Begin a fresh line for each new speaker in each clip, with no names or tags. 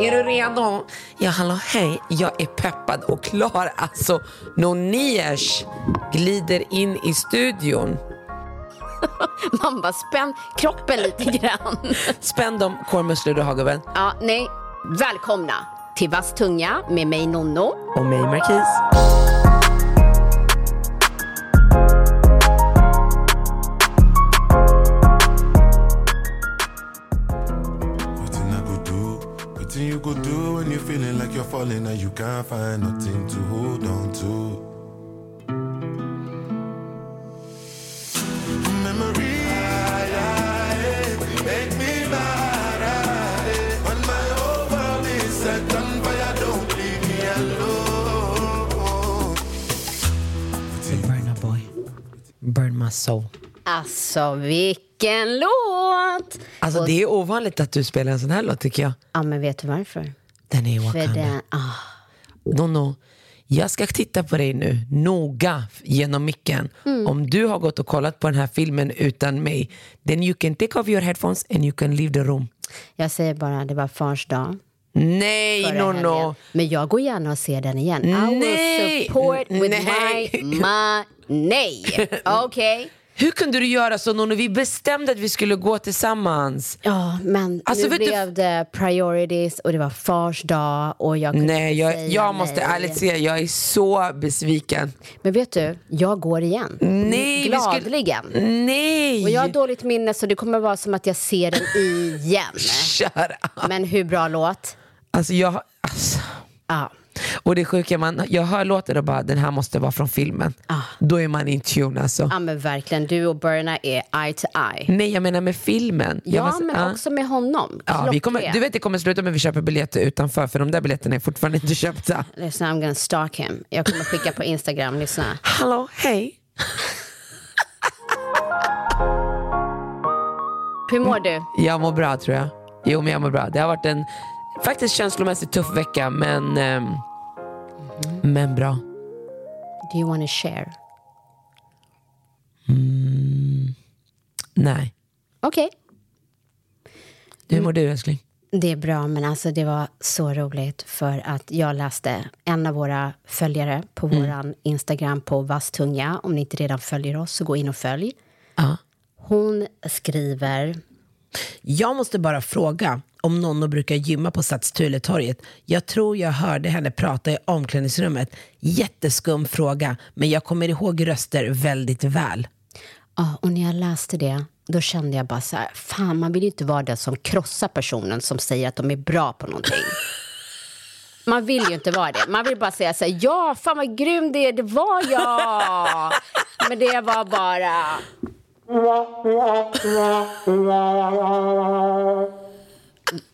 Är du redo? Ja, hallå, hej. Jag är peppad och klar. Alltså, Noniers glider in i studion.
Man bara spänn kroppen lite grann.
Spänn de kårmusslor du har, gubben.
Ja, nej. Välkomna till Vass tunga med mig Nonno.
Och mig, Marquis.
Nothing I go do, nothing you go do when you're feeling like you're falling and you can't find nothing to hold on to. Memory, eh, make me mad. eh. When my whole world is set on fire, don't leave me alone.
Burn a boy. Burn my soul.
Alltså, vilken låt!
Alltså, det är ovanligt att du spelar en sån här låt, tycker jag.
Ja, men vet du varför?
Den är
För
Wakanda.
den, ah,
Nonno, jag ska titta på dig nu, noga, f- genom micken. Om du har gått och kollat på den här filmen utan mig, then you can take off your headphones and you can leave the room.
jag säger bara, det var fars dag.
Nej,
förra helgen.
Nonno!
Men jag går gärna och ser den igen. I
Nej!
will support with
Nej.
my money. Okej?
Hur kunde du göra så, Nonno? Vi bestämde att vi skulle gå tillsammans.
Ja, men
Alltså,
nu
vet du-
blev det priorities och det var fars dag och jag kunde
Nej,
inte
jag,
säga
jag måste
nej.
ärligt säga, jag är så besviken.
Men vet du, jag går igen.
Nej, vi skulle-
Gladligen.
Nej!
Och jag har dåligt minne så det kommer vara som att jag ser den igen.
Kör.
Men hur bra låt?
Alltså, jag... Alltså.
Ja.
Och det sjuka, man, jag hör låten och bara, den här måste vara från filmen.
Ah.
Då är man in tune alltså.
ja, men verkligen. Du och Burna är eye to eye.
Nej, jag menar med filmen. Jag
Ja,
var så-
men
ah.
också med honom.
Ja, vi kommer,
Klockren.
du vet det kommer sluta med att vi köper biljetter utanför för de där biljetterna är fortfarande inte köpta.
Listen, I'm gonna stalk him. Jag kommer skicka på Instagram, lyssna.
Hallå, hej.
Hur mår du?
Jag mår bra tror jag. Jo men jag mår bra. Det har varit en faktiskt känslomässigt tuff vecka men, ehm, men bra.
Do you wanna share?
Nej.
Okej.
Hur mår du älskling?
Det är bra, men alltså det var så roligt för att jag läste en av våra följare på våran Instagram på Vasstunga. Om ni inte redan följer oss så gå in och följ.
Ja.
Hon skriver...
Jag måste bara fråga om Nonno brukar gymma på Sats Thuletorget. Jag tror jag hörde henne prata i omklädningsrummet. Jätteskum fråga, men jag kommer ihåg röster väldigt väl.
Ja, och när jag läste det, då kände jag bara så här, fan man vill ju inte vara den som krossar personen som säger att de är bra på någonting. Man vill ju inte vara det. Man vill bara säga så här, ja, fan vad grym det är, det var jag. Men det var bara...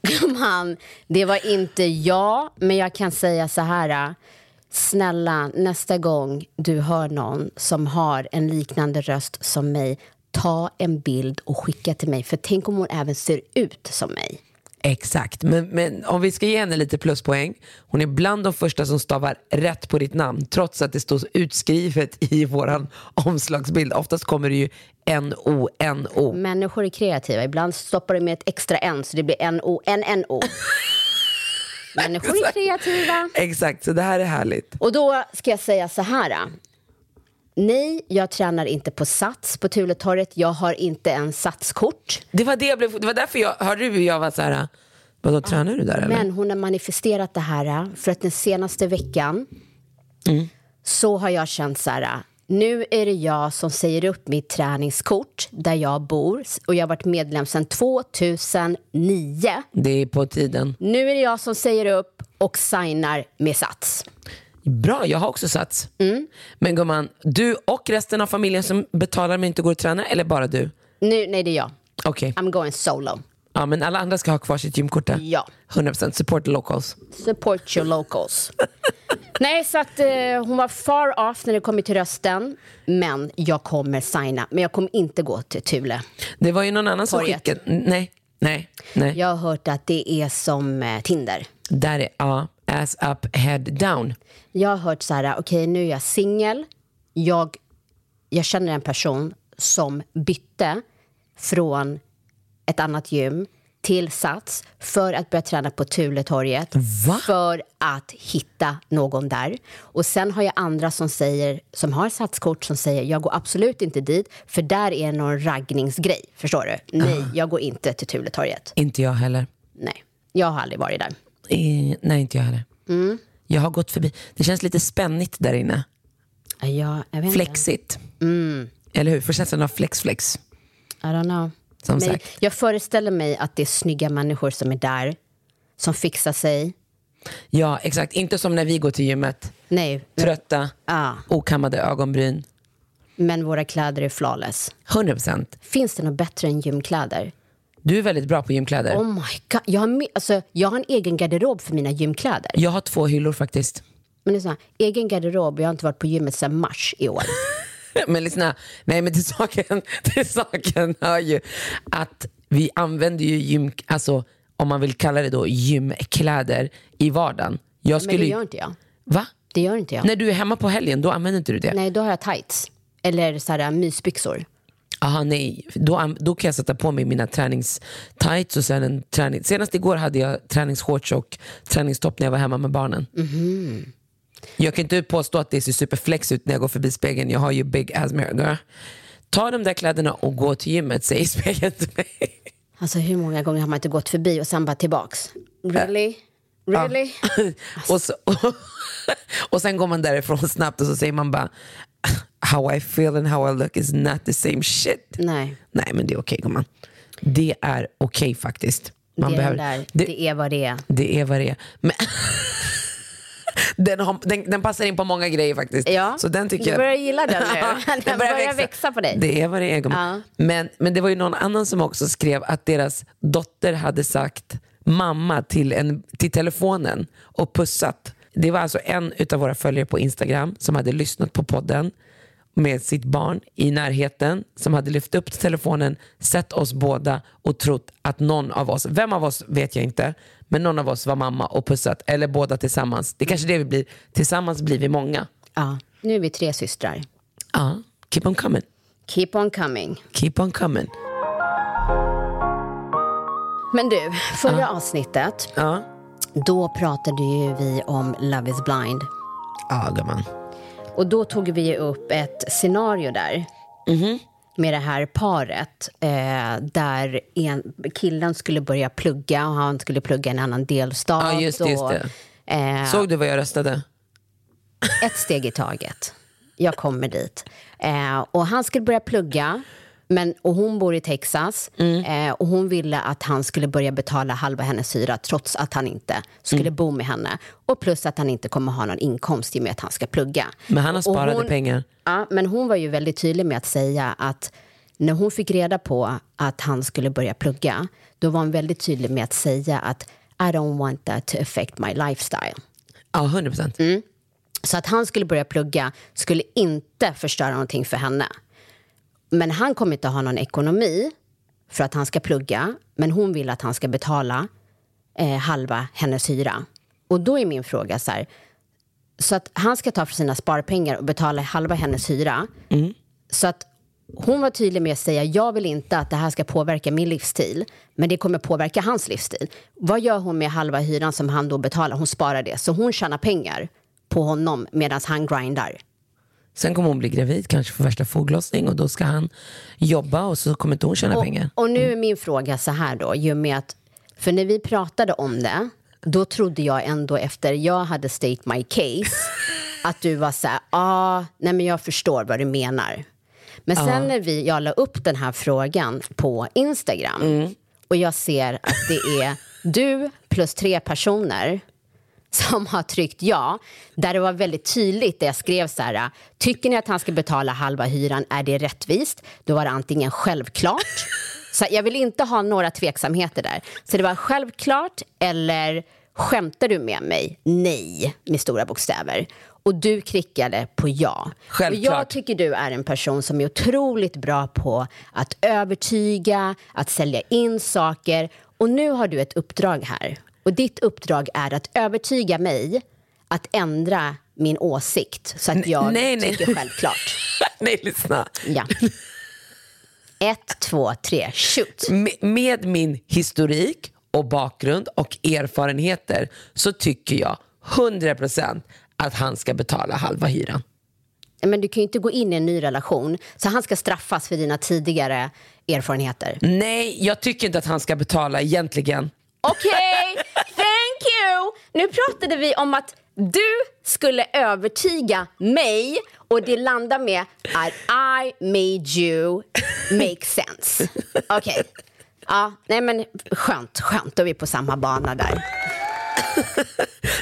Gumman, det var inte jag, men jag kan säga så här. äh, Snälla, nästa gång du hör någon som har en liknande röst som mig, ta en bild och skicka till mig. För tänk om hon även ser ut som mig.
Exakt, men, men om vi ska ge henne lite pluspoäng. Hon är bland de första som stavar rätt på ditt namn trots att det står utskrivet i våran omslagsbild. Oftast kommer det ju N-O-N-O.
Människor är kreativa. Ibland stoppar de med ett extra N så det blir N-O, N-N-O. Människor är kreativa.
Exakt, så det här är härligt.
Och då ska jag säga så här. äh. Nej, jag tränar inte på Sats på Tuletorget. Jag har inte en Satskort.
Det var, det jag blev, det var därför jag hörde du jag var så här, vadå tränar du där eller?
Men hon har manifesterat det här äh, för att den senaste veckan så har jag känt så här. äh, Nu är det jag som säger upp mitt träningskort där jag bor och jag har varit medlem sedan 2009.
Det är på tiden.
Nu är det jag som säger upp och signar med Sats.
Bra, jag har också sats.
Mm.
Men gumman, du och resten av familjen som betalar men inte går och tränar eller bara du?
Nu, nej, det är jag.
Okej.
I'm going solo.
Ja, men alla andra ska ha kvar sitt gymkort där.
Ja.
100% support locals.
Support your locals. Nej, så att eh, hon var far off när det kommer till rösten. Men jag kommer signa. Men jag kommer inte gå till Thule.
Det var ju någon annan som
Torget.
skickade... Nej, nej, nej.
Jag har hört att det är som eh, Tinder.
Där är ja, ass up, head down.
Jag har hört så här, okej nu är jag singel. Jag, jag känner en person som bytte från ett annat gym till Sats för att börja träna på Tuletorget
Va?
för att hitta någon där. Och sen har jag andra som säger som har Satskort som säger jag går absolut inte dit för där är någon raggningsgrej. Förstår du? Nej, jag går inte till Tuletorget.
Inte jag heller.
Nej, jag har aldrig varit där.
Eh, nej, inte jag heller. Jag har gått förbi. Det känns lite spännigt där inne.
Ja, Jag, jag vet inte.
Flexigt. Eller hur? Får känslan av flex-flex.
I don't know.
Som
Men
sagt.
Jag föreställer mig att det är snygga människor som är där, som fixar sig.
Ja, exakt. Inte som när vi går till gymmet.
Nej,
Trötta,
Ja.
okammade ögonbryn.
men våra kläder är flawless.
100%.
Finns det något bättre än gymkläder?
Du är väldigt bra på gymkläder.
Oh my god. Jag har, my- alltså, jag har en egen garderob för mina gymkläder.
Jag har två hyllor faktiskt.
Men det är så här, egen garderob, jag har inte varit på gymmet sedan mars i år.
Men lyssna, nej men till saken, till saken hör ju att vi använder ju gym, alltså om man vill kalla det då gymkläder i vardagen. Jag
Men
skulle
det
ju-
gör inte jag.
Va?
Det gör inte jag. Nej,
När du är hemma på helgen, då använder inte du det?
då har jag tights. Eller så här, mysbyxor.
Aha, nej. Då, an- då kan jag sätta på mig mina träningstights och sen en träning. Senast igår hade jag träningsshorts och träningstopp när jag var hemma med barnen. Jag kan inte påstå att det ser superflex ut när jag går förbi spegeln. Jag har ju big ass mirror. girl. Ta de där kläderna och gå till gymmet, säger spegeln till mig.
Alltså hur många gånger har man inte gått förbi och sen bara tillbaks? Really? Really?
och, så, och sen går man därifrån snabbt och så säger man bara How I feel and how I look is not the same shit.
Nej.
Nej men det är okej gumman. Det är okej faktiskt. Man
det,
behöver,
är den där.
det,
det är vad det är.
det är vad det är. Men, den, har, den, den passar in på många grejer faktiskt.
Ja,
Så den tycker
du börjar
jag,
gilla den nu. Den börjar växa på dig.
Det är vad det är gumman. men, men det var ju någon annan som också skrev att deras dotter hade sagt mamma till, en, till telefonen och pussat. Det var alltså en utav våra följare på Instagram som hade lyssnat på podden med sitt barn i närheten som hade lyft upp telefonen, sett oss båda och trott att någon av oss, vem av oss vet jag inte, men någon av oss var mamma och pussat eller båda tillsammans. Det är kanske det vi blir. Tillsammans blir vi många.
Ja. Nu är vi tre systrar.
Ja, keep on coming.
Keep on coming.
Keep on coming.
Men du, förra avsnittet,
Ja,
då pratade ju vi om Love is blind.
ja gumman.
Och då tog vi ju upp ett scenario där. Med det här paret. Eh, där en, killen skulle börja plugga och han skulle plugga i en annan delstat.
Ja, just det, just
och,
det.
eh,
Såg du vad jag röstade?
ett steg i taget. Jag kommer dit. Eh, och han skulle börja plugga. Men, och hon bor i Texas eh, och hon ville att han skulle börja betala halva hennes hyra trots att han inte skulle bo med henne. Och plus att han inte kommer ha någon inkomst i och med att han ska plugga.
Men han har
Och
sparade
hon-
pengar.
Ja, men hon var ju väldigt tydlig med att säga att när hon fick reda på att han skulle börja plugga, då var hon väldigt tydlig med att säga att I don't want that to affect my lifestyle.
Ja, 100 procent.
Mm. Så att han skulle börja plugga skulle inte förstöra någonting för henne. Men han kommer inte ha någon ekonomi för att han ska plugga. Men hon vill att han ska betala eh, halva hennes hyra. Och då är min fråga så här. Så att han ska ta för sina sparpengar och betala halva hennes hyra. Så att hon var tydlig med att säga jag vill inte att det här ska påverka min livsstil. Men det kommer påverka hans livsstil. Vad gör hon med halva hyran som han då betalar? Hon sparar det. Så hon tjänar pengar på honom medan han grindar.
Sen kommer hon bli gravid, kanske får värsta foglossning och då ska han jobba och så kommer inte hon tjäna pengar. Mm.
Och, och nu är min fråga så här då, ju med att, för när vi pratade om det, då trodde jag ändå efter jag hade state my case, att du var så här, ah, nej men jag förstår vad du menar. Men sen när vi, jag la upp den här frågan på
Mm.
Instagram och jag ser att det är du plus tre personer som har tryckt ja, där det var väldigt tydligt där jag skrev så här, tycker ni att han ska betala halva hyran, är det rättvist? Då var det antingen självklart, så jag vill inte ha några tveksamheter där. Så det var självklart eller skämtar du med mig? Nej, med stora bokstäver. Och du klickade på ja.
Självklart.
Och jag tycker du är en person som är otroligt bra på att övertyga, att sälja in saker. Och nu har du ett uppdrag här. Och ditt uppdrag är att övertyga mig att ändra min åsikt så att jag
nej, nej.
tycker självklart.
Nej, lyssna.
Ja. Ett, två, tre, shoot!
Med, med min historik och bakgrund och erfarenheter så tycker jag 100% att han ska betala halva hyran.
Men du kan ju inte gå in i en ny relation, så han ska straffas för dina tidigare erfarenheter.
Nej, jag tycker inte att han ska betala egentligen.
Okej, thank you! Nu pratade vi om att du skulle övertyga mig och det landar med att I made you make sense. Okej. Ja, nej men skönt, skönt. Då är vi på samma bana där.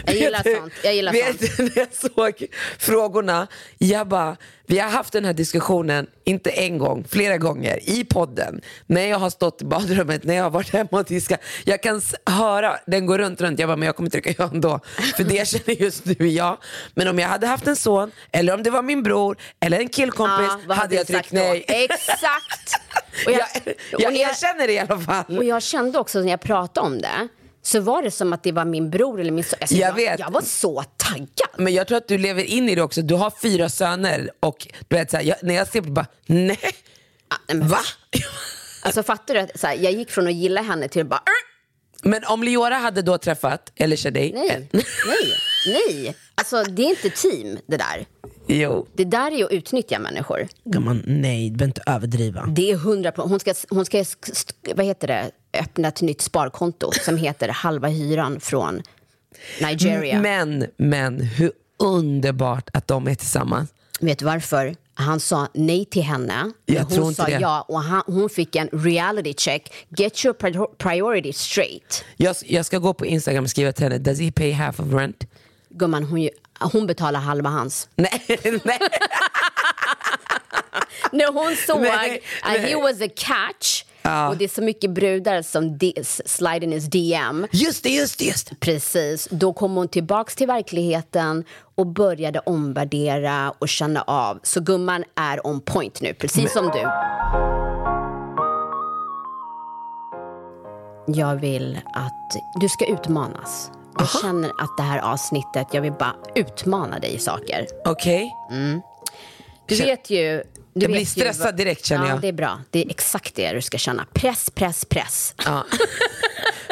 Jag gillar
Vet du-
sånt. Jag gillar sånt.
vet du, när jag såg frågorna, jag bara, vi har haft den här diskussionen, inte en gång, flera gånger i podden. När jag har stått i badrummet, när jag har varit hemma och diskat. Jag kan s- höra den går runt, runt. Jag bara, men jag kommer trycka ja ändå. För det jag känner just nu är jag. Men om jag hade haft en son, eller om det var min bror, eller en killkompis,
vad
hade jag
du sagt
tryckt
då?
nej.
Exakt! Och
Jag,
jag-
jag,
och när-
erkänner det i alla fall.
Och jag kände också när jag pratade om det, så var det som att det var min bror eller min son. Alltså,
Jag vet.
jag var så taggad.
Men jag tror att du lever in i det också. Du har fyra söner och du vet, så här, jag, när jag ser på det bara, nej, va?
Alltså fattar du? Att, så här, jag gick från att gilla henne till att bara... "Arr!"
Men om Leora hade då träffat, eller Shadi,
Nej, nej, nej. Alltså det är inte team det där.
Eh, jo.
Det där är ju att utnyttja människor.
Gumman, nej, du behöver inte överdriva.
Det är hundra på. Hon ska, hon ska sk- vad heter det, öppna ett nytt sparkonto som heter halva hyran från Nigeria.
Men, men hur underbart att de är tillsammans.
Vet du varför? Han sa nej till henne, men
Jag
hon
tror inte
sa
det.
ja och han, hon fick en reality check. Get your pri- priority straight.
Jag, jag ska gå på Instagram och skriva till henne, does he pay half of rent?
Gumman, hon, ju- hon betalar halva hans.
Nej, nej.
När hon såg
Nej,
att
nej.
he was a catch och det är så mycket brudar som de- slide in his DM.
Just det, just det, just det.
Precis, då kom hon tillbaks till verkligheten och började omvärdera och känna av. Så gumman är on point nu, precis som du. Jag vill att du ska utmanas. Jag känner att det här avsnittet, jag vill bara utmana dig i saker.
Okej,
Du
Känn-
vet ju... Du
Jag
vet
blir
ju
stressad
vad-
direkt, känner
ja,
jag.
Det är bra, det är exakt det du ska känna. Press, press, press.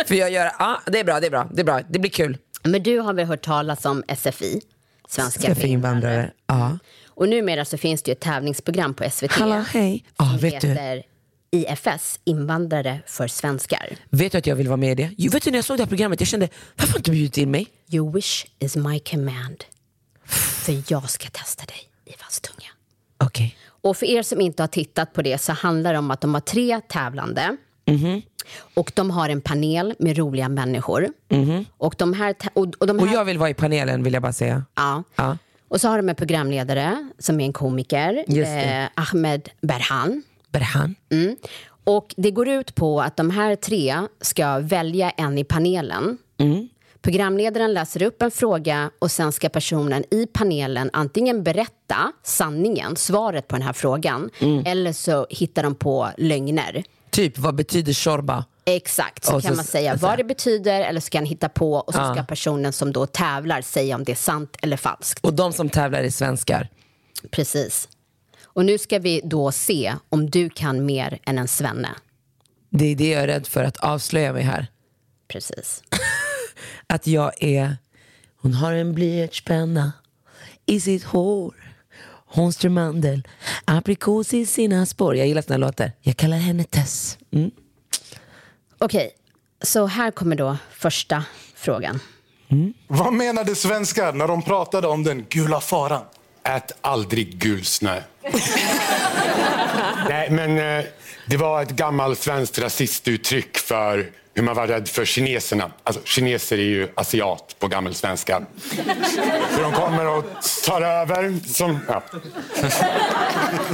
för jag gör, ah, det är bra, det är bra, det är bra, det blir kul.
Men du har väl hört talas om SFI? Svenska
Ska för invandrare, ja.
Och numera så finns det ju ett tävlingsprogram på SVT
Hallå, hej. Ja,
som
Ah, vet du.
heter IFS, Invandrare för svenskar.
Vet du att jag vill vara med i det? Jo, vet du när jag såg det här programmet, jag kände, varför har inte du bjudit in mig?
Your wish is my command. För jag ska testa dig i Vastunga.
Okej.
Och för er som inte har tittat på det så handlar det om att de har tre tävlande.
Mhm.
Och de har en panel med roliga människor. Och de här... tä- Och, och de här
Mhm. Och jag vill vara i panelen vill jag bara säga.
Ja.
Ja.
Och så har de en programledare som är en komiker,
Just det.
eh, Ahmed Berhan.
Berhan.
Och det går ut på att de här tre ska välja en i panelen.
Mm.
Programledaren läser upp en fråga och sen ska personen i panelen antingen berätta sanningen, svaret på den här frågan,
Mm.
eller så hittar de på lögner.
Typ, vad betyder shorba?
Exakt, så
Och
kan
så-
man säga
så- Ah.
vad det betyder eller så kan han hitta på och så ska personen som då tävlar säga om det är sant eller falskt.
Och de som tävlar är svenskar.
Precis. Och nu ska vi då se om du kan mer än en svenne.
Det är det jag är rädd för, att avslöja mig här.
Precis.
Att jag är... Hon har en blyertspenna i sitt hår. Hon strör mandel, aprikos i sina spår. Jag gillar såna här låtar. Jag kallar henne Tess. Mm.
Okej, så här kommer då första frågan.
Vad menade svenskar när de pratade om den gula faran?
Ät aldrig gul snö. Nej, men eh, det var ett gammalt svenskt rasistuttryck för hur man var rädd för kineserna. Alltså, kineser är ju asiat på gammelsvenska. För de kommer och tar över, som, ja.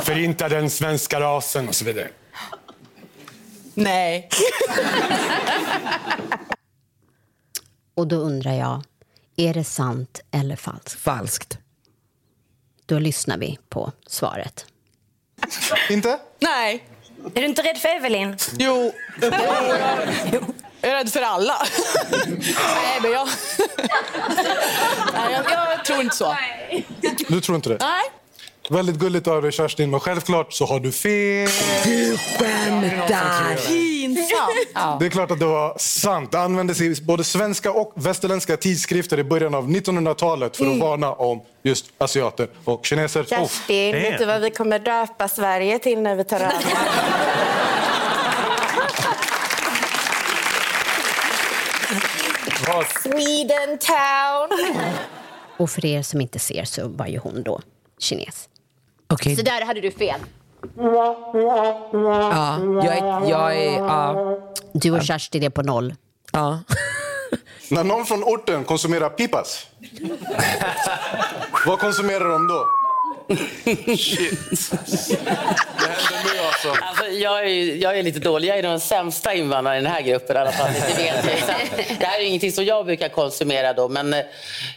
förintar den svenska rasen och så vidare.
Nej.
Och då undrar jag, är det sant eller falskt?
Falskt.
Då lyssnar vi på svaret.
Inte?
Nej.
Är du inte rädd för Evelyn?
Jo. Jag är rädd för alla. Nej, men jag... Nej, jag, jag tror inte så.
Du tror inte det?
Nej.
Väldigt gulligt av dig Kerstin och självklart så har du fel.
Du skämtar!
Pinsamt. Ja.
Det är klart att det var sant. Det användes i både svenska och västerländska tidskrifter i början av 1900-talet för att varna om just asiater och kineser. Oh.
Kerstin, vet du vad vi kommer döpa Sverige till när vi tar över? Sweden town!
Och för er som inte ser så var ju hon då kines.
Okej,
Så där hade du fel.
ja, jag är... Jag är ja,
Du och Kerstin är på noll.
ja.
När någon från orten konsumerar pipas, vad konsumerar de då?
Alltså, jag, är, ju- jag är lite dålig. Jag är den sämsta invandraren i den här gruppen i alla fall. Det, vet jag. Så att det här är ingenting som jag brukar konsumera då. Men eh,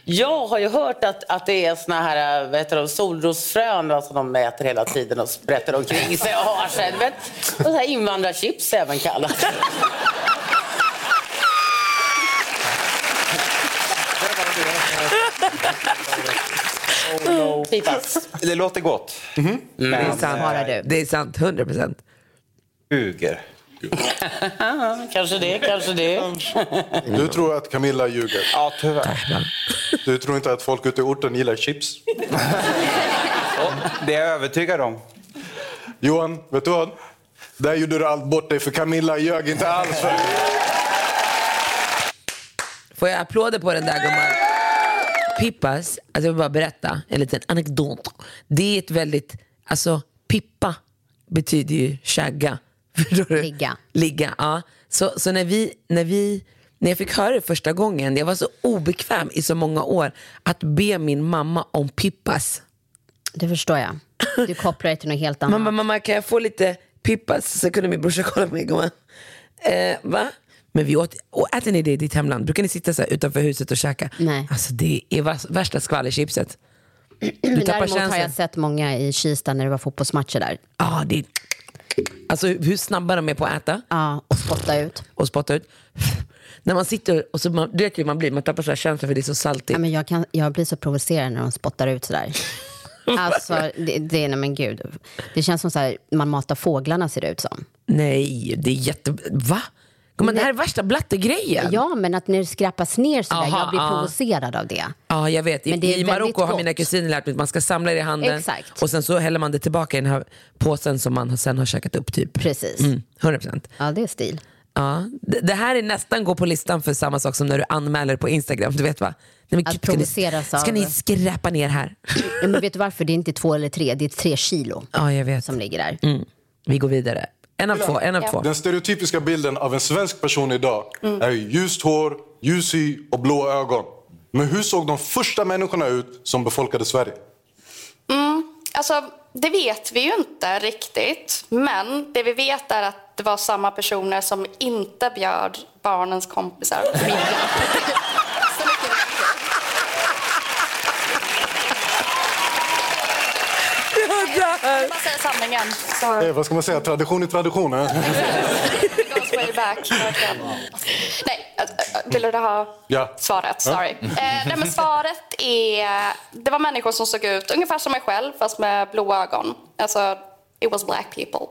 jag har ju hört att, att det är såna här eh, vad heter de, solrosfrön va, som de äter hela tiden och sprätter omkring sig och har sig. Men, och så här invandrarchips även kallat. Pipas.
Det låter gott.
Det är
Svarar du.
sant. Det är sant, 100 procent.
Uger.
Kanske det, kanske det.
Du tror att Camilla ljuger.
Ja, tyvärr.
Du tror inte att folk ute i orten gillar chips.
Och det är jag övertygad om.
Johan, vet du vad? Där gjorde du allt bort dig för Camilla ljög inte alls för dig.
Får jag applåder på den där gumman? Pippas, alltså jag vill bara berätta en liten anekdot. Det är ett väldigt, alltså pippa betyder ju shagga. Förstår du?
Ligga.
Ligga, ja. Så, så när, vi, när, vi, när jag fick höra det första gången, jag var så obekväm i så många år att be min mamma om pippas.
Det förstår jag. Du kopplar det till något helt annat.
Mamma, mamma kan jag få lite pippas? Så kunde min brorsa kolla på mig gumman. Eh, va? Men vi åt, och äter ni det i ditt hemland? Brukar ni sitta så här utanför huset och käka?
Nej.
Alltså det är vas- värsta skvallerchipset. Du
Men
tappar
däremot har
känslan.
jag sett många i Kista när det var fotbollsmatcher där.
Ja, det är, alltså hur hur snabba de är på att äta
Ja, och spotta ut.
och spotta ut. När man sitter och så, man, du vet hur man blir, man tappar så här känslan för det är så saltigt.
Ja, men jag, kan, jag blir så provocerad när de spottar ut sådär. Alltså, det, det är, nej men gud. Det känns som så här, man matar fåglarna ser det ut som.
Nej, det är jätte... Va? Gumman, det här är värsta blattegrejen.
Ja, men att när det skrappas ner sådär,
Aha,
jag blir
ja.
provocerad av det.
Ja, jag vet.
Men det är
I, i Marocko
väldigt
har mina
gott.
kusiner lärt mig att man ska samla det i handen
Exakt.
och sen så häller man det tillbaka i den här påsen som man har- sen har käkat upp. typ.
Precis.
Mm, 100%.
Ja, det är stil.
Ja. Det, det här är nästan gå på listan för samma sak som när du anmäler på Instagram. Du vet va? Nej, men
Att
gud, ska ni-
provoceras av-
Ska ni skräpa ner här?
Ja, men vet du varför? Det är inte två eller tre, det är tre kilo
Ja, jag vet.
som ligger där.
Mm. Vi går vidare. En av två. En av två.
Den stereotypiska bilden av en svensk person idag är ju ljust hår, ljus hy och blå ögon. Men hur såg de första människorna ut som befolkade Sverige?
Alltså, det vet vi ju inte riktigt. Men det vi vet är att det var samma personer som inte bjöd barnens kompisar på middag. Så mycket vet vi. Jag bara säger sanningen. Så
Eh, vad ska man säga? Tradition i tradition. Eh?
it goes way back. verkligen. Nej, äh, äh, ville du ha
Ja.
svaret? Sorry. Eh, nej, men svaret är... Det var människor som såg ut ungefär som mig själv, fast med blåa ögon. Alltså, it was black people.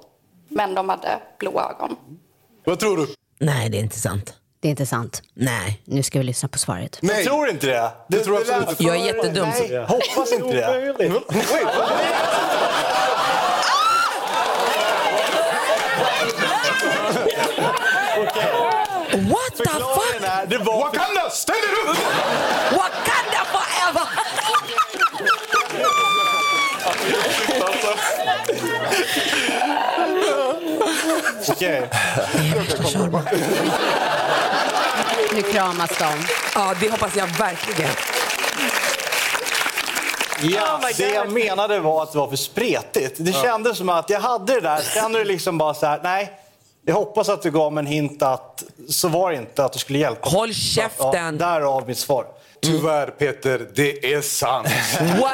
Men de hade blåa ögon.
Vad tror du?
Nej, det är inte sant.
Det är inte sant.
Nej.
Nu ska vi lyssna på svaret.
Nej.
Jag tror inte det.
Det tror jag absolut inte.
Jag är jättedum. så-
Hoppas inte det.
What the fuck?
Det var...
Wakanda, ställ er upp!
Wakanda forever!
Okej.
Nu kramas de.
Ja, det hoppas jag verkligen.
Ja, det jag menade var att det var för spretigt. Det kändes som att jag hade det där, sen är det liksom bara så här, nej. Jag hoppas att du gav mig en hint att så var det inte, att du skulle hjälpa Håll
käften!
Ja, därav mitt svar.
Tyvärr Peter, det är sant.
What?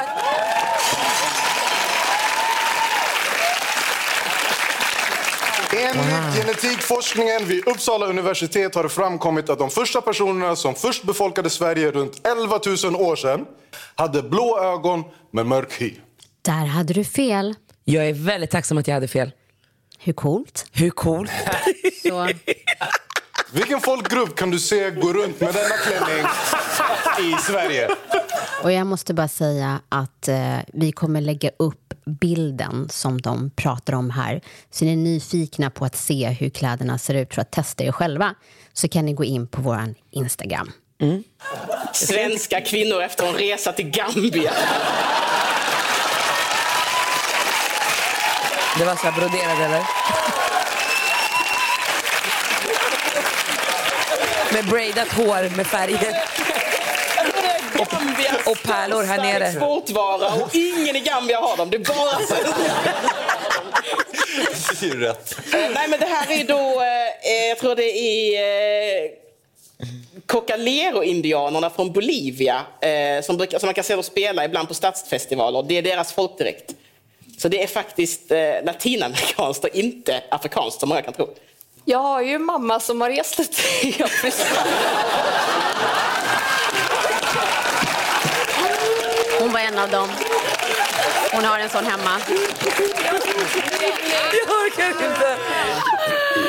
Enligt genetikforskningen vid Uppsala universitet har det framkommit att de första personerna som först befolkade Sverige runt 11 000 år sedan hade blå ögon med mörk hy.
Där hade du fel.
Jag är väldigt tacksam att jag hade fel.
Hur coolt?
Hur coolt?
Så.
Vilken folkgrupp kan du se gå runt med denna klänning i Sverige?
Och jag måste bara säga att eh, vi kommer lägga upp bilden som de pratar om här. Så är ni nyfikna på att se hur kläderna ser ut för att testa er själva så kan ni gå in på vår Instagram.
Svenska kvinnor efter en resa till Gambia.
Det var så här broderat eller? Med braidat hår med färger.
Gambias
och pärlor här
största
nere.
exportvara och ingen i Gambia har dem. Det är bara svenskar.
Det är ju rätt.
Eh, Nej, men det här är då, eh, jag tror det är eh, Cocalero-indianerna från Bolivia eh, som, brukar, som man kan se dem spela ibland på stadsfestivaler. Det är deras folkdräkt. Så det är faktiskt eh, latinamerikanskt och inte afrikanskt som många kan tro.
Jag har ju mamma som har rest lite. Ja, precis.
Hon var en av dem. Hon har en sån hemma.
Jag orkar inte.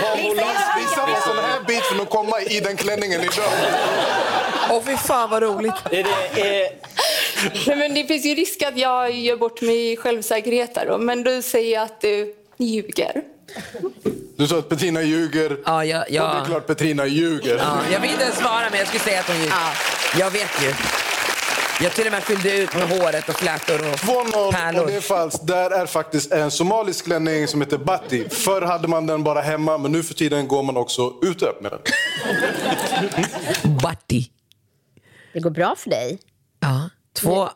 Har hon lastbissat en sån här bit för att komma i den klänningen idag?
Åh fy fan vad roligt.
Nej, men det finns ju risk att jag gör bort mig i självsäkerhet där då, men du säger jag att du ljuger.
Du sa att Petrina ljuger.
Ja, jag,
ja. det är klart Petrina ljuger.
Ja, jag vill inte ens svara men jag skulle säga att hon ljuger. Jag vet ju. Jag till och med fyllde ut med håret och flätor och
2-0 och det
pärlor.
är falskt. Där är faktiskt en somalisk klänning som heter batti. Förr hade man den bara hemma, men nu för tiden går man också ute med den.
Batti.
Det går bra för dig.
Ja, två,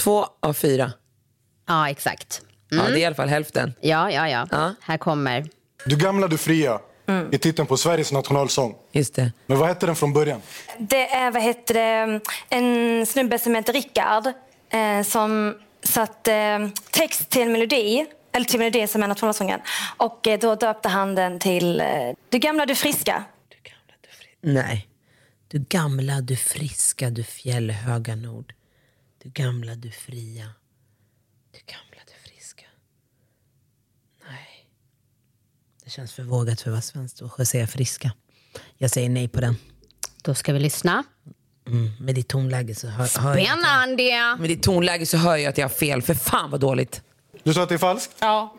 två av fyra.
Ja, exakt.
Ja, det är i alla fall hälften.
Ja, ja, ja. Här kommer.
Du gamla, du fria. I titeln på Sveriges nationalsång.
Just det.
Men vad hette den från början?
Det är vad heter det, en snubbe som heter Rickard eh, som satt eh, text till en melodi, eller till melodin som är nationalsången. Och eh, då döpte han den till eh, Du gamla, du friska.
Nej. Du gamla, du friska, du fjällhöga nord. Du gamla, du fria. Du gamla, du friska. Nej. Det känns för vågat för att vara svenskt att säga friska. Jag säger nej på den.
Då ska vi lyssna.
Mm, med ditt tonläge så hör, hör jag.
Menar han det?
Med ditt tonläge så hör jag att jag har fel. För fan vad dåligt.
Du sa att det är falskt?
Ja.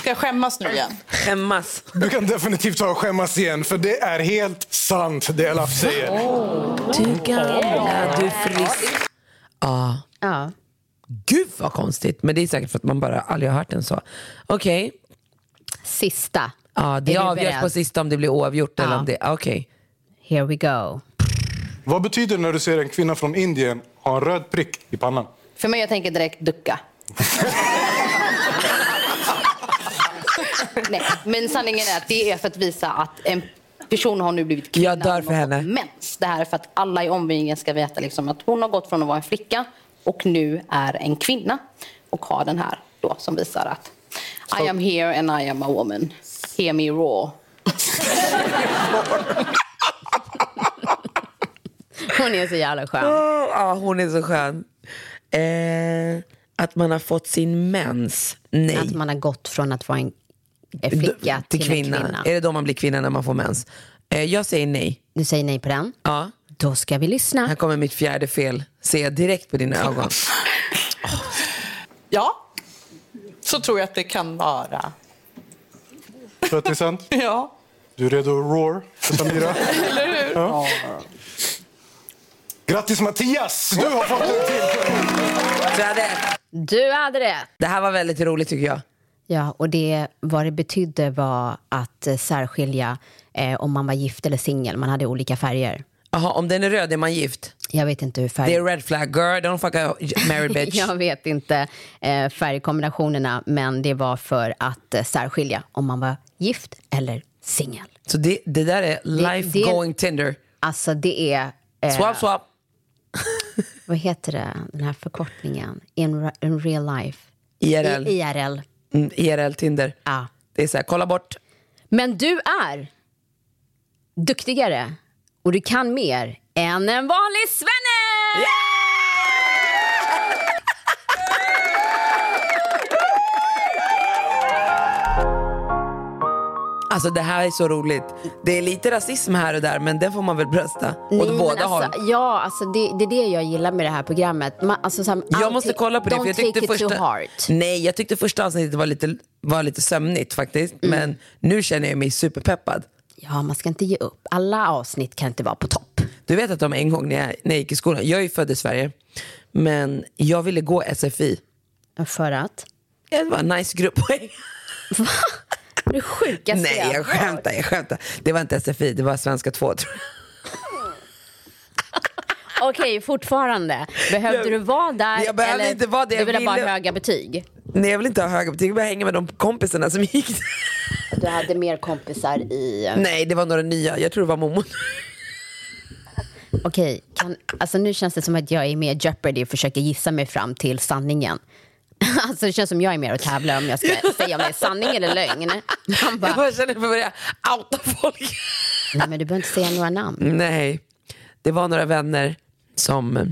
Ska jag skämmas nu igen?
Skämmas.
Du kan definitivt ta och skämmas igen, för det är helt sant det Elaf säger.
Du gamla, du frisk. Ja.
ja.
Gud vad konstigt. Men det är säkert för att man bara aldrig har hört den så. Okej.
Sista.
Ja, det
Är du
avgörs
beredd?
på sista om det blir oavgjort eller om det... Okej.
Here we go.
Vad betyder det när du ser en kvinna från Indien ha en röd prick i pannan?
För mig, jag tänker direkt ducka. Nej, men sanningen är att det är för att visa att en person har nu blivit kvinna. Jag dör för henne. Mens. Det här är för att alla i omgivningen ska veta liksom att hon har gått från att vara en flicka och nu är en kvinna. Och har den här då som visar att I am here and I am a woman. Hear me raw.
Hon är så jävla skön.
Ja, hon är så skön. Eh, att man har fått sin mens. Nej.
Att man har gått från att vara en eh, flicka till,
till kvinna.
en kvinna.
Är det då man blir kvinna när man får mens? Eh, jag säger nej.
Du säger nej på den?
Ja.
Då ska vi lyssna.
Här kommer mitt fjärde fel. Ser jag direkt på dina ögon.
Ja, så tror jag att det kan vara.
Tror att det är sant?
Ja,
Du är redo att roar för Samira?
eller hur?
Ja. Grattis Mattias! Du har fått en till poäng.
Du hade
Du hade rätt.
Det här var väldigt roligt tycker jag.
Ja, och det, vad det betydde var att eh, särskilja eh, om man var gift eller singel. Man hade olika färger.
Jaha, om den är röd är man gift?
Jag vet inte hur färg...
Det är red flag girl, don't fuck a married bitch.
Jag vet inte eh, färgkombinationerna, men det var för att eh, särskilja om man var gift eller singel.
Så det, det där är life
det-
going Tinder.
Alltså det är... eh,
Swap swap.
Vad heter det, den här förkortningen? In, re- in real life.
IRL.
I, IRL.
Mm, IRL Tinder. Det är så här, kolla bort.
Men du är duktigare och du kan mer än en vanlig svenne!
Alltså det här är så roligt. Det är lite rasism här och där men det får man väl brösta.
Nej,
Åt
men
båda håll.
alltså, ja, alltså det, det är det jag gillar med det här programmet. Man, alltså, så här,
Jag
allt-
måste kolla på det.
Don't
För jag
take
tyckte
it
första,
too hard.
Nej, jag tyckte första avsnittet var lite, var lite sömnigt faktiskt.
Mm.
Men nu känner jag mig superpeppad.
Ja, man ska inte ge upp. Alla avsnitt kan inte vara på topp.
Du vet att om en gång när jag, när jag gick i skolan, jag är ju född i Sverige, men jag ville gå SFI.
För att?
Det var en nice grupppoäng.
Det sjukaste
Nej, jag skämtar, jag skämtar. Det var inte SFI, det var svenska 2 tror jag.
Okej, fortfarande. Behövde
Jag-
du vara där?
jag behövde
eller
inte vara det,
Du
jag
ville bara
ville-
ha höga betyg?
Nej, jag vill inte ha höga betyg, jag vill bara hänga med de kompisarna som gick där.
Du hade mer kompisar i...
Nej, det var några nya. Jag tror det var Momo.
Okej, kan, alltså nu känns det som att jag är med i Jeopardy och försöker gissa mig fram till sanningen. Alltså det känns som jag är med och tävlar om jag ska säga om det är sanning eller lögn. Han bara,
Jag känner för att börja outa folk.
nej men du behöver inte säga några namn.
Nej, det var några vänner som eh,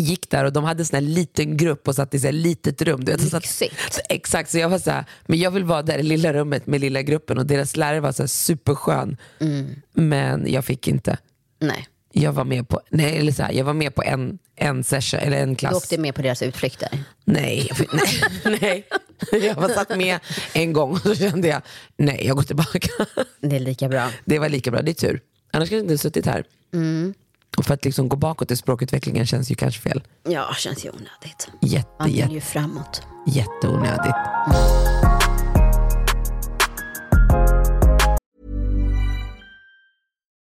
gick där och de hade en sån här liten grupp och satt i ett litet rum. Du vet, så satt, så, exakt, så jag var så här, men jag vill vara där i lilla rummet med lilla gruppen och deras lärare var så här superskön.
Mm.
Men jag fick inte.
Nej.
Jag var med på, nej, eller så här, jag var med på en, en session, eller en klass.
Du åkte med på deras utflykter.
Nej, jag fick, nej, nej. Jag var satt med en gång och så kände jag, nej jag går tillbaka.
Det är lika bra.
Det var lika bra, det är tur. Annars kanske jag inte suttit här.
Mm.
Och för att liksom gå bakåt i språkutvecklingen känns ju kanske fel.
Ja, känns ju onödigt.
Jätte,
Man vill
jätte-
ju framåt.
Jätteonödigt.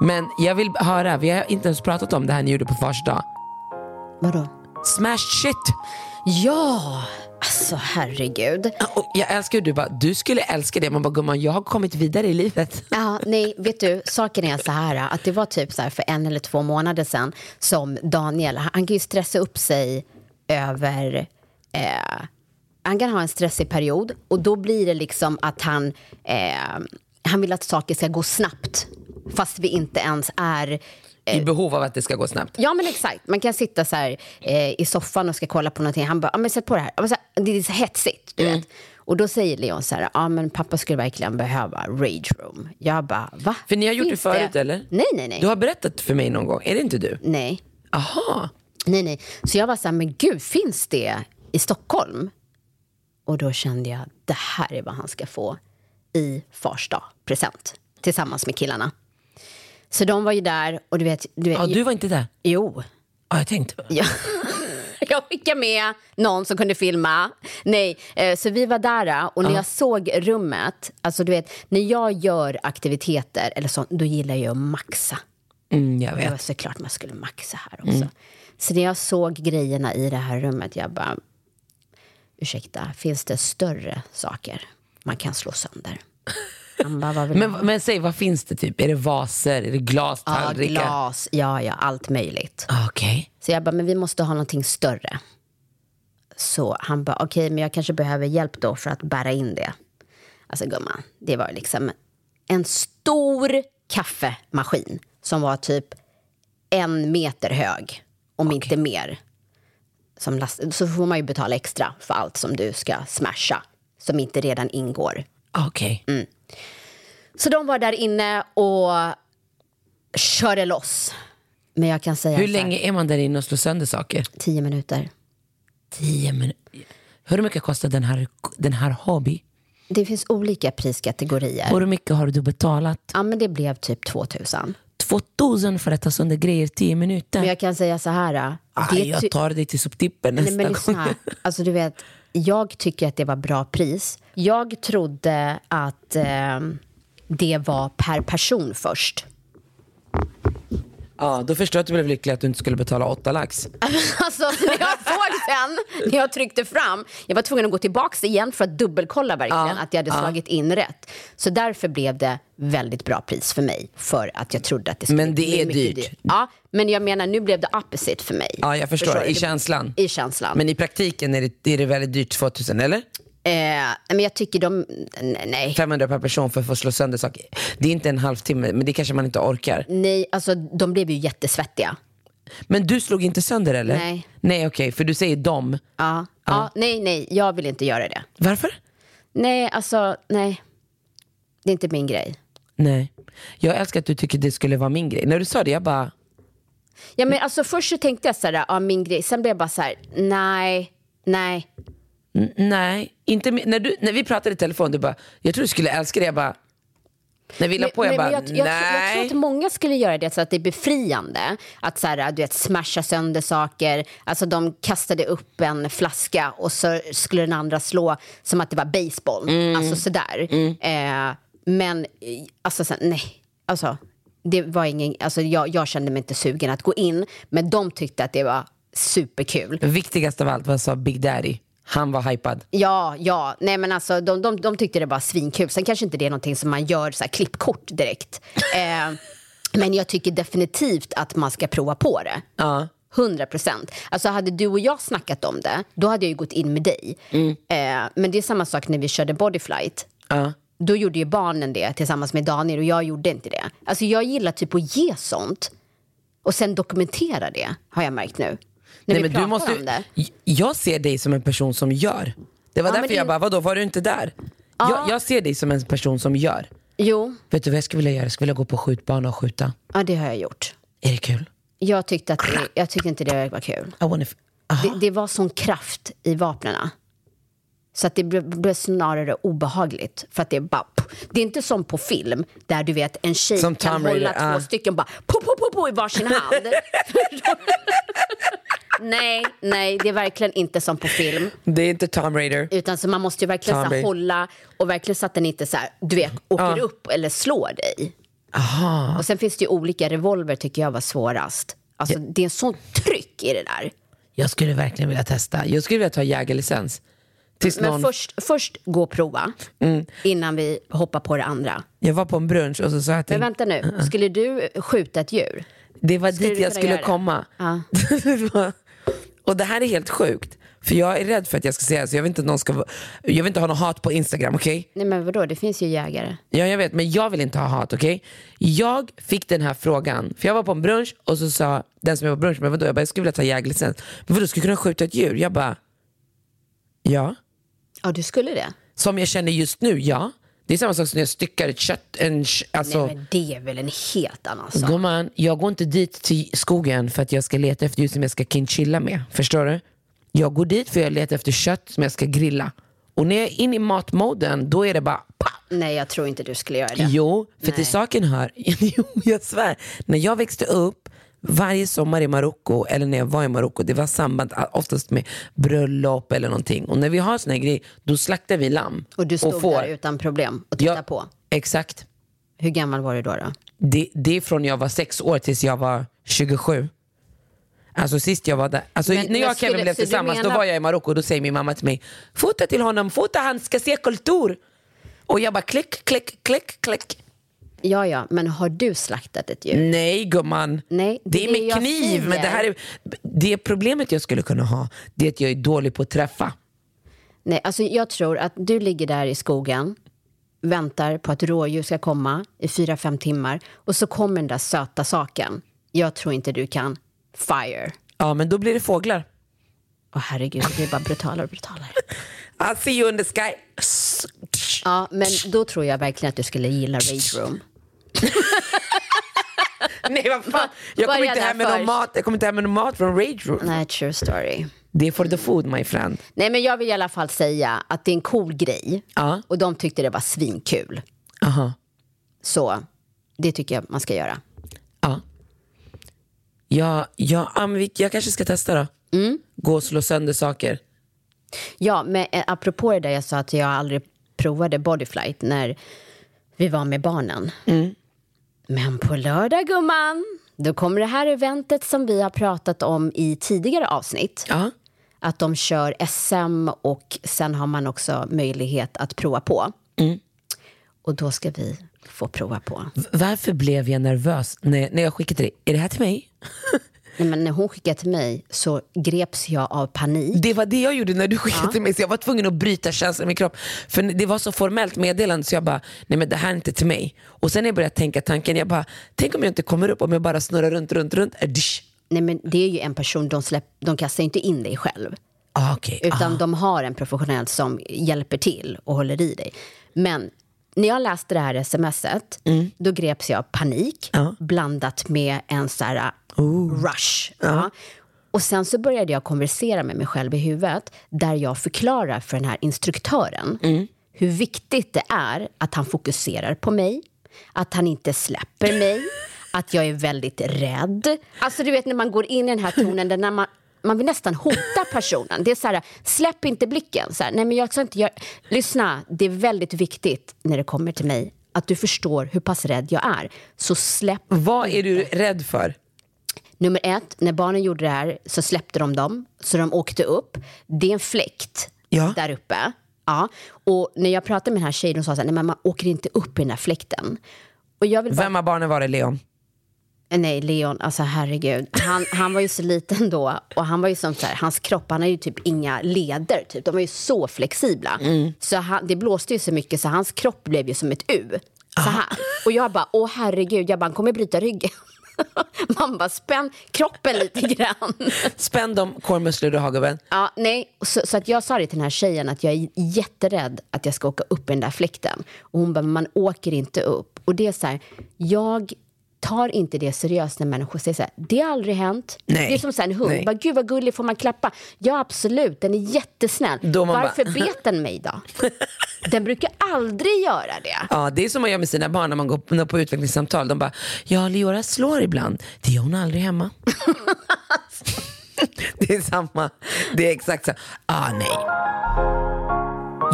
Men jag vill höra, vi har inte ens pratat om det här ni gjorde på Fars dag.
Vadå?
Smash shit!
Ja, alltså herregud.
Och jag älskar hur du bara, du skulle älska det. Man bara, gumman jag har kommit vidare i livet.
Ja, nej, vet du, saken är så här att det var typ så här för en eller två månader sedan som Daniel, han han kan ju stressa upp sig över, eh, han kan ha en stressig period och då blir det liksom att han, eh, han vill att saker ska gå snabbt fast vi inte ens är
I
Eh.
behov av att det ska gå snabbt.
Ja men exakt, man kan sitta så här eh, i soffan och ska kolla på någonting. Han bara, ah, men sätt på det här. Ja, men så här. Det är så hetsigt, du
Mm.
vet. Och då säger Leon så här, ja ah, men pappa skulle verkligen behöva rage room. Jag bara, va?
För ni har gjort
Finns
det förut eller?
Nej, nej, nej.
Du har berättat för mig någon gång, är det inte du?
Nej.
Aha.
Nej, nej. Så jag var så här, men gud, finns det i Stockholm? Och då kände jag, det här är vad han ska få i Farsta present tillsammans med killarna. Så de var ju där och du vet... Du vet
Ja, du var inte där?
Jo.
Ja, jag tänkte.
Ja. Jag skickade med någon som kunde filma. Nej, eh, så vi var där och när jag såg rummet, alltså du vet, när jag gör aktiviteter eller sånt, då gillar jag att maxa.
Mm, jag
Det var
vet.
såklart man skulle maxa här också.
Mm.
Så när jag såg grejerna i det här rummet, jag bara, ursäkta, finns det större saker man kan slå sönder? Han bara, vad vill
Men,
du ha?"
men säg, vad finns det typ? Är det vaser? Är det glas?
Ja,
Tallrikar?
glas, ja, ja, allt möjligt.
Okej.
Så jag bara, men vi måste ha någonting större. Så han bara, okej, men jag kanske behöver hjälp då för att bära in det. Alltså gumman, det var liksom en stor kaffemaskin som var typ en meter hög, om inte mer. Som last, så får man ju betala extra för allt som du ska smasha, som inte redan ingår.
Okej.
Mm. Så de var där inne och körde loss. Men jag kan säga
Hur
så här-
länge är man där inne och slår sönder saker?
Tio minuter.
Tio minuter? Hur mycket kostar den här, den här hobby?
Det finns olika priskategorier.
Hur mycket har du betalat?
Ja, men det blev typ 2000.
2000 för att ta sönder grejer 10 minuter?
Men jag kan säga så här. äh,
Ah,
det ty-
jag tar dig till soptippen nästa
Nej, men lyssna.
gång.
Alltså, du vet, jag tycker att det var bra pris. Jag trodde att eh, det var per person först.
Ja, då förstår jag att du blev lycklig att du inte skulle betala åtta lax.
Alltså, när jag såg sen, när jag tryckte fram, jag var tvungen att gå tillbaka igen för att dubbelkolla verkligen
Ja,
att jag hade
ja.
slagit in rätt. Så därför blev det väldigt bra pris för mig, för att jag trodde att det skulle
Men det
bli
är
mycket
dyrt.
Ja, men jag menar, nu blev det opposite för mig.
Ja, jag förstår.
du?
I känslan.
I känslan.
Men i praktiken är det, är det väldigt dyrt 2000, eller?
Eh, men jag tycker de... Nej.
500 per person för att få slå sönder saker. Det är inte en halvtimme, men det kanske man inte orkar.
Nej, alltså de blev ju jättesvettiga.
Men du slog inte sönder eller?
Nej.
Nej okej, för du säger dem.
Ja. Ja. nej, nej, jag vill inte göra det.
Varför?
Nej, alltså, nej. Det är inte min grej.
Nej. Jag älskar att du tycker det skulle vara min grej. När du sa det, jag bara,
Ja, men alltså, först så tänkte jag så här, ja, min grej. Sen blev jag bara så här, nej, nej.
"N- nej. Inte, mi- när, du, när vi pratade i telefon, du bara, jag tror du skulle älska det. Jag bara, när vi la på, jag bara,
jag, jag, jag tror
nej.
att många skulle göra det så att det är befriande. Att så här, du vet, smasha sönder saker. Alltså de kastade upp en flaska och så skulle den andra slå som att det var baseball.
Mm.
Alltså sådär. Eh, men eh, alltså sen, nej. Alltså, det var ingen, alltså, jag, jag kände mig inte sugen att gå in. Men de tyckte att det var superkul.
Viktigast av allt var sa Big Daddy. Han var hypad.
Ja, ja. Nej, men alltså, de, de, de tyckte det var svinkul. Sen kanske inte det är någonting som man gör så här, klippkort direkt. Eh, men jag tycker definitivt att man ska prova på det.
Ja.
100 procent. Alltså hade du och jag snackat om det, då hade jag ju gått in med dig.
Mm.
Eh, men det är samma sak när vi körde bodyflight.
Ja.
Då gjorde ju barnen det tillsammans med Daniel och jag gjorde inte det. Alltså jag gillar typ att ge sånt och sen dokumentera det, har jag märkt nu. När vi pratar om det.
J- Jag ser dig som en person som gör. Det var
Ja,
därför
men det-
jag bara, vadå var du inte där? Jag, jag ser dig som en person som gör.
Jo,
Vet du vad jag skulle vilja göra? Jag skulle vilja gå på skjutbana och skjuta.
ja, det har jag gjort.
Är det kul?
Jag tyckte, att det, jag tyckte inte det var kul.
I wanna f-
Det, det var sån kraft i vapnena. Så att det blev, blev snarare obehagligt. För att det, är bara, pff. det är inte som på film, där du vet en tjej
Som
kan
Tomb
hålla
Raider,
två
ah.
stycken bara, po, po, po, po, i varsin hand. nej, nej, det är verkligen inte som på film.
Det är inte Tom Raider.
Utan så man måste ju verkligen så här,
Tommy.
hålla och verkligen så att den inte så här, du vet, åker
Ja.
upp eller slår dig.
Aha.
Och sen finns det ju olika revolver tycker jag var svårast. Alltså det är en sån tryck i det där.
Jag skulle verkligen vilja testa. Jag skulle vilja ta jägarlicens. Tills
Men
någon... Mm.
först, först gå och prova innan vi hoppar på det andra.
Jag var på en brunch och så sa jag till...
Men vänta nu,
Uh-uh.
skulle du skjuta ett djur?
Det var
Skulle
dit
du
jag
kunna
skulle
göra det?
komma.
Ja.
Det var- och det här är helt sjukt. För jag är rädd för att jag ska säga så. Jag vill inte, att någon ska... vara- jag vill inte ha något hat på Instagram, okej?
Nej men vadå, det finns ju jägare.
Ja, jag vet, men jag vill inte ha hat, okej? Jag fick den här frågan, för jag var på en brunch och så sa den som jag var på brunch med, vadå? Jag bara, jag skulle vilja ta jägarlicens. Men vadå, skulle jag kunna skjuta ett djur? Jag bara, ja.
Ja, du skulle det?
Som jag känner just nu, ja. Det är samma sak som när jag styckar ett kött, en, k- alltså.
Nej men det är väl en helt annan sak.
Gumman, jag går inte dit till skogen för att jag ska leta efter djur som jag ska kinchilla med. Förstår du? Jag går dit för att jag letar efter kött som jag ska grilla. Och när jag är inne i matmoden, då är det bara
Nej jag tror inte du skulle göra det.
Jo, för
Nej.
till saken hör, jo jag svär, när jag växte upp varje sommar i Marocko, eller när jag var i Marocko, det var samband a- oftast med bröllop eller någonting. Och när vi har såna här grejer, då slaktar vi lamm.
Och du stod
får.
där utan problem och tittade på?
Exakt.
Hur gammal var du då? då?
Det, det är från jag var sex år tills jag var 27. Alltså sist jag var där, alltså
Men-
när jag
men
och Kevin
skulle-
blev
så du
tillsammans
menar-
då var jag i Marocko och då säger min mamma till mig, fota till honom, fota han ska se kultur. Och jag bara klick, klick, klick, klick.
Ja, ja, men har du slaktat ett djur?
Nej gumman,
Nej,
det är med
jag
kniv. Men det,
säger.
här är, det problemet jag skulle kunna ha, det är att jag är dålig på att träffa.
Nej, alltså jag tror att du ligger där i skogen, väntar på att rådjur ska komma i fyra, fem timmar och så kommer den där söta saken. Jag tror inte du kan fire.
Ja, men då blir det fåglar.
Åh herregud, det blir bara brutalare och brutalare.
I'll Ah, see you in the sky.
Ja, men då tror jag verkligen att du skulle gilla Rage Room.
Nej, vad fan. Jag kommer,
Börja
inte
där
hem med någon
först.
mat, jag kommer inte hem med någon mat från Rage Room.
Nej, true story.
Det är for the food my friend.
Nej, men jag vill i alla fall säga att det är en cool grej och de tyckte det var svinkul.
Aha.
Så det tycker jag man ska göra.
Ja, ja, Amvik, jag kanske ska testa då.
Mm.
Gå och slå sönder saker.
Ja, men eh, apropå det där jag sa att jag aldrig provade bodyflight när vi var med barnen. Men på lördag, gumman, då kommer det här eventet som vi har pratat om i tidigare avsnitt. Att de kör SM och sen har man också möjlighet att prova på. Och då ska vi få prova på.
V- Varför blev jag nervös när, när jag skickade till dig? Är det här till mig?
Nej, men när hon skickade till mig så greps jag av panik.
Det var det jag gjorde när du skickade till mig så jag var tvungen att bryta känslan i min kropp. För det var så formellt meddelande så jag bara, nej men det här är inte till mig. Och sen när jag började tänka tanken, jag bara, tänk om jag inte kommer upp, om jag bara snurrar runt, runt, runt. Äh, Adish.
Nej, men det är ju en person, de, släpp, de kastar inte in dig själv.
Ah, okej.
Utan de har en professionell som hjälper till och håller i dig. Men när jag läste det här smset, då greps jag av panik blandat med en så här uh, rush. Ja. Och sen så började jag konversera med mig själv i huvudet där jag förklarar för den här instruktören hur viktigt det är att han fokuserar på mig, att han inte släpper mig, att jag är väldigt rädd. Alltså du vet när man går in i den här tonen där när man man vill nästan hota personen. Det är så här, släpp inte blicken. Så här, nej men jag ska inte göra... Lyssna, det är väldigt viktigt när det kommer till mig att du förstår hur pass rädd jag är. Så släpp
Vad är du rädd för?
Nummer ett, när barnen gjorde det här så släppte de dem, så de åkte upp. Det är en fläkt där uppe. Ja. Och när jag pratade med den här tjejen, hon sa så här, nej men man åker inte upp i den här fläkten. Och jag vill bara...
Vem av barnen var det, Leon?
Nej, Leon, alltså herregud. Han, han var ju så liten då och han var ju som så här, hans kropp, han hade ju typ inga leder, typ. de var ju så flexibla. Så han, det blåste ju så mycket så hans kropp blev ju som ett U. Så här. Och jag bara, åh herregud, jag bara, han kommer bryta ryggen. Man bara, spänn kroppen lite grann.
Spänn de kårmusslor du har gubben.
Ja, nej, så, så att jag sa det till den här tjejen att jag är jätterädd att jag ska åka upp i den där fläkten. Och hon bara, "Men man åker inte upp. Och det är så här, jag tar inte det seriöst när människor säger så här, det har aldrig hänt.
Nej.
Det är som så här, en hund,
Nej.
bara, gud vad gullig, får man klappa? Ja absolut, den är jättesnäll.
Då man
Varför
bara-
bet den mig då? Den brukar aldrig göra det.
Ja, det är som man gör med sina barn när man går på, på utvecklingssamtal. De bara, ja Leora slår ibland. Det gör hon aldrig hemma. det är samma. Det är exakt så. Ah, nej.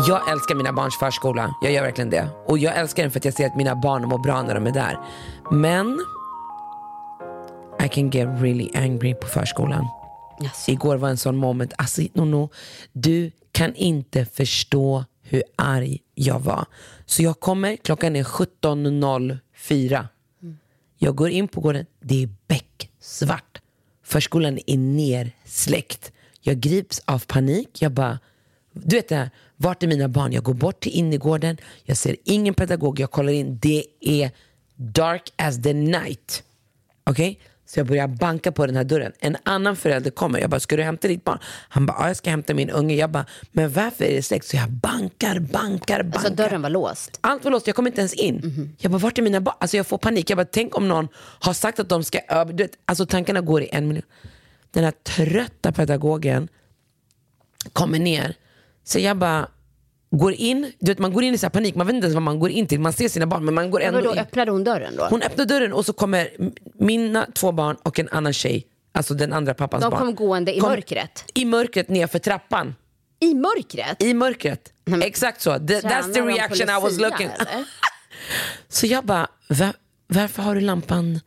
Jag älskar mina barns förskola. Jag gör verkligen det. Och jag älskar den för att jag ser att mina barn mår bra när de är där. Men I can get really angry på förskolan. Igår var en sån moment. Alltså, Nono, du kan inte förstå hur arg jag var. Så jag kommer, klockan är 17.04. Jag går in på gården, det är becksvart. Förskolan är nersläckt. Jag grips av panik. Jag bara, du vet det här, vart är mina barn? Jag går bort till innergården, jag ser ingen pedagog, jag kollar in, det är dark as the night. Okej? Så jag börjar banka på den här dörren. En annan förälder kommer. Jag bara, ska du hämta ditt barn? Han bara, ja jag ska hämta min unge. Jag bara, men varför är det släckt? Så jag bankar, bankar, bankar.
Alltså dörren var låst.
Allt var låst, jag kom inte ens in.
Mhm.
Jag bara, vart är mina barn? Alltså jag får panik. Jag bara, tänk om någon har sagt att de ska över... Du vet, Alltså tankarna går i en minut. Den här trötta pedagogen kommer ner. Så jag bara går in. Du vet, man går in i så här panik, man vet inte ens vad man går in till. Man ser sina barn men man går
Men
ändå
då
in.
öppnade hon dörren då?
Hon öppnar dörren och så kommer m- mina två barn och en annan tjej, alltså den andra pappans
De
barn.
kom gående i
kom
mörkret.
I mörkret nerför trappan.
I mörkret?
I mörkret. Exakt så. The, that's
Tränar
the
de
reaction I was
Lucia,
looking.
eller?
Så jag bara, Va, varför har du lampan,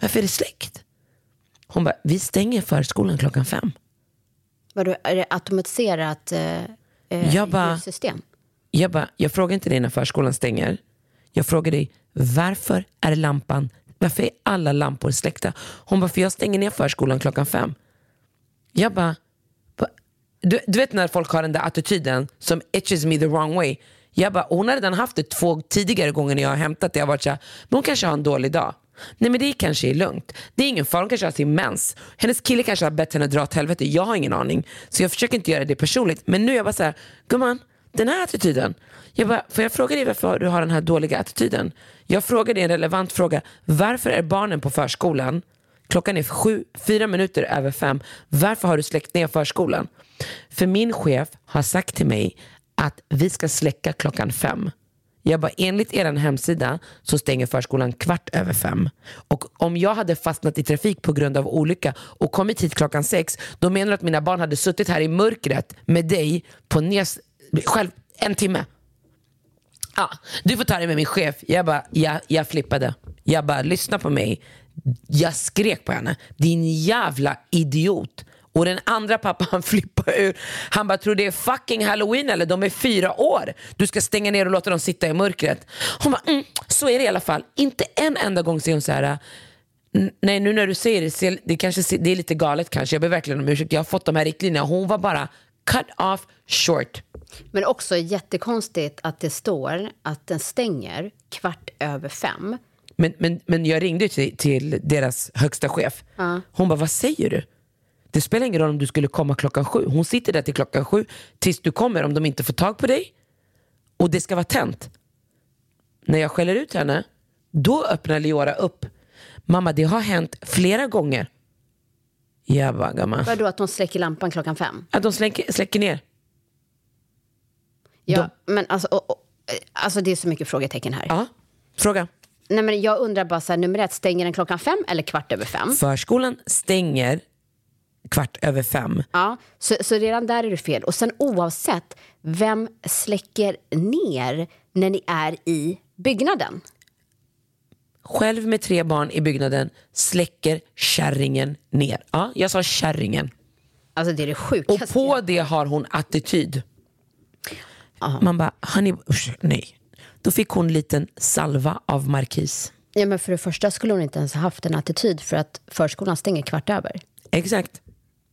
varför är det släckt? Hon bara, vi stänger förskolan klockan fem.
Vadå, är det automatiserat eh, eh,
Jag bara-
ljussystem?
Jag bara, jag frågar inte dig när förskolan stänger. Jag frågar dig, varför är lampan, varför är alla lampor släckta? Hon bara, för jag stänger ner förskolan klockan fem. Jag bara, "Va?" du, du vet när folk har den där attityden som itches me the wrong way. Jag bara, hon har redan haft det två tidigare gånger när jag har hämtat det. Jag har varit såhär, men hon kanske har en dålig dag. Nej men det kanske är lugnt. Det är ingen fara, hon kanske har sin mens. Hennes kille kanske har bett henne dra åt helvete, jag har ingen aning. Så jag försöker inte göra det personligt. Men nu är jag bara såhär, gumman, den här attityden. Jag bara, får jag fråga dig varför du har den här dåliga attityden? Jag frågar dig en relevant fråga. Varför är barnen på förskolan? Klockan är sju, fyra minuter över fem. Varför har du släckt ner förskolan? För min chef har sagt till mig att vi ska släcka klockan fem. Jag bara, enligt er hemsida så stänger förskolan kvart över fem. Och om jag hade fastnat i trafik på grund av olycka och kommit hit klockan sex, då menar du att mina barn hade suttit här i mörkret med dig på Nes, själv en timme. Ja, du får ta det med min chef. Jag bara, jag, jag flippade. Jag bara, lyssna på mig. Jag skrek på henne. Din jävla idiot. Och den andra pappan flippade ur. Han bara, tror det är fucking halloween eller? De är fyra år. Du ska stänga ner och låta dem sitta i mörkret. Hon bara, mm, så är det i alla fall. Inte en enda gång säger hon så här, N- Nej, nu när du säger det, ser- det, kanske, ser- det är lite galet kanske. Jag ber verkligen om ursäkt. Jag har fått de här riktlinjerna. Hon var bara cut off short.
Men också jättekonstigt att det står att den stänger kvart över fem.
Men, men, men jag ringde ju till, till deras högsta chef.
Ja.
Hon bara, vad säger du? Det spelar ingen roll om du skulle komma klockan sju. Hon sitter där till klockan sju tills du kommer om de inte får tag på dig. Och det ska vara tänt. När jag skäller ut henne, då öppnar Leora upp. Mamma, det har hänt flera gånger. Jag bara, gammal.
Vadå att de släcker lampan klockan fem?
Att de släcker, släcker ner.
Ja, men alltså, och, och, eh, alltså det är så mycket frågetecken här.
Ja, fråga.
Nej, men jag undrar bara så här, nummer ett, stänger den klockan fem eller kvart över fem?
Förskolan stänger kvart över fem.
Ja, så, så redan där är det fel. Och sen oavsett, vem släcker ner när ni är i byggnaden?
själv med tre barn i byggnaden släcker kärringen ner. Ja, jag sa kärringen.
Alltså det är det
sjukaste. Och på det har hon attityd. Man bara, hörni, usch, nej. Då fick hon en liten salva av markis.
Ja, men för det första skulle hon inte ens ha haft en attityd för att förskolan stänger kvart över.
Exakt.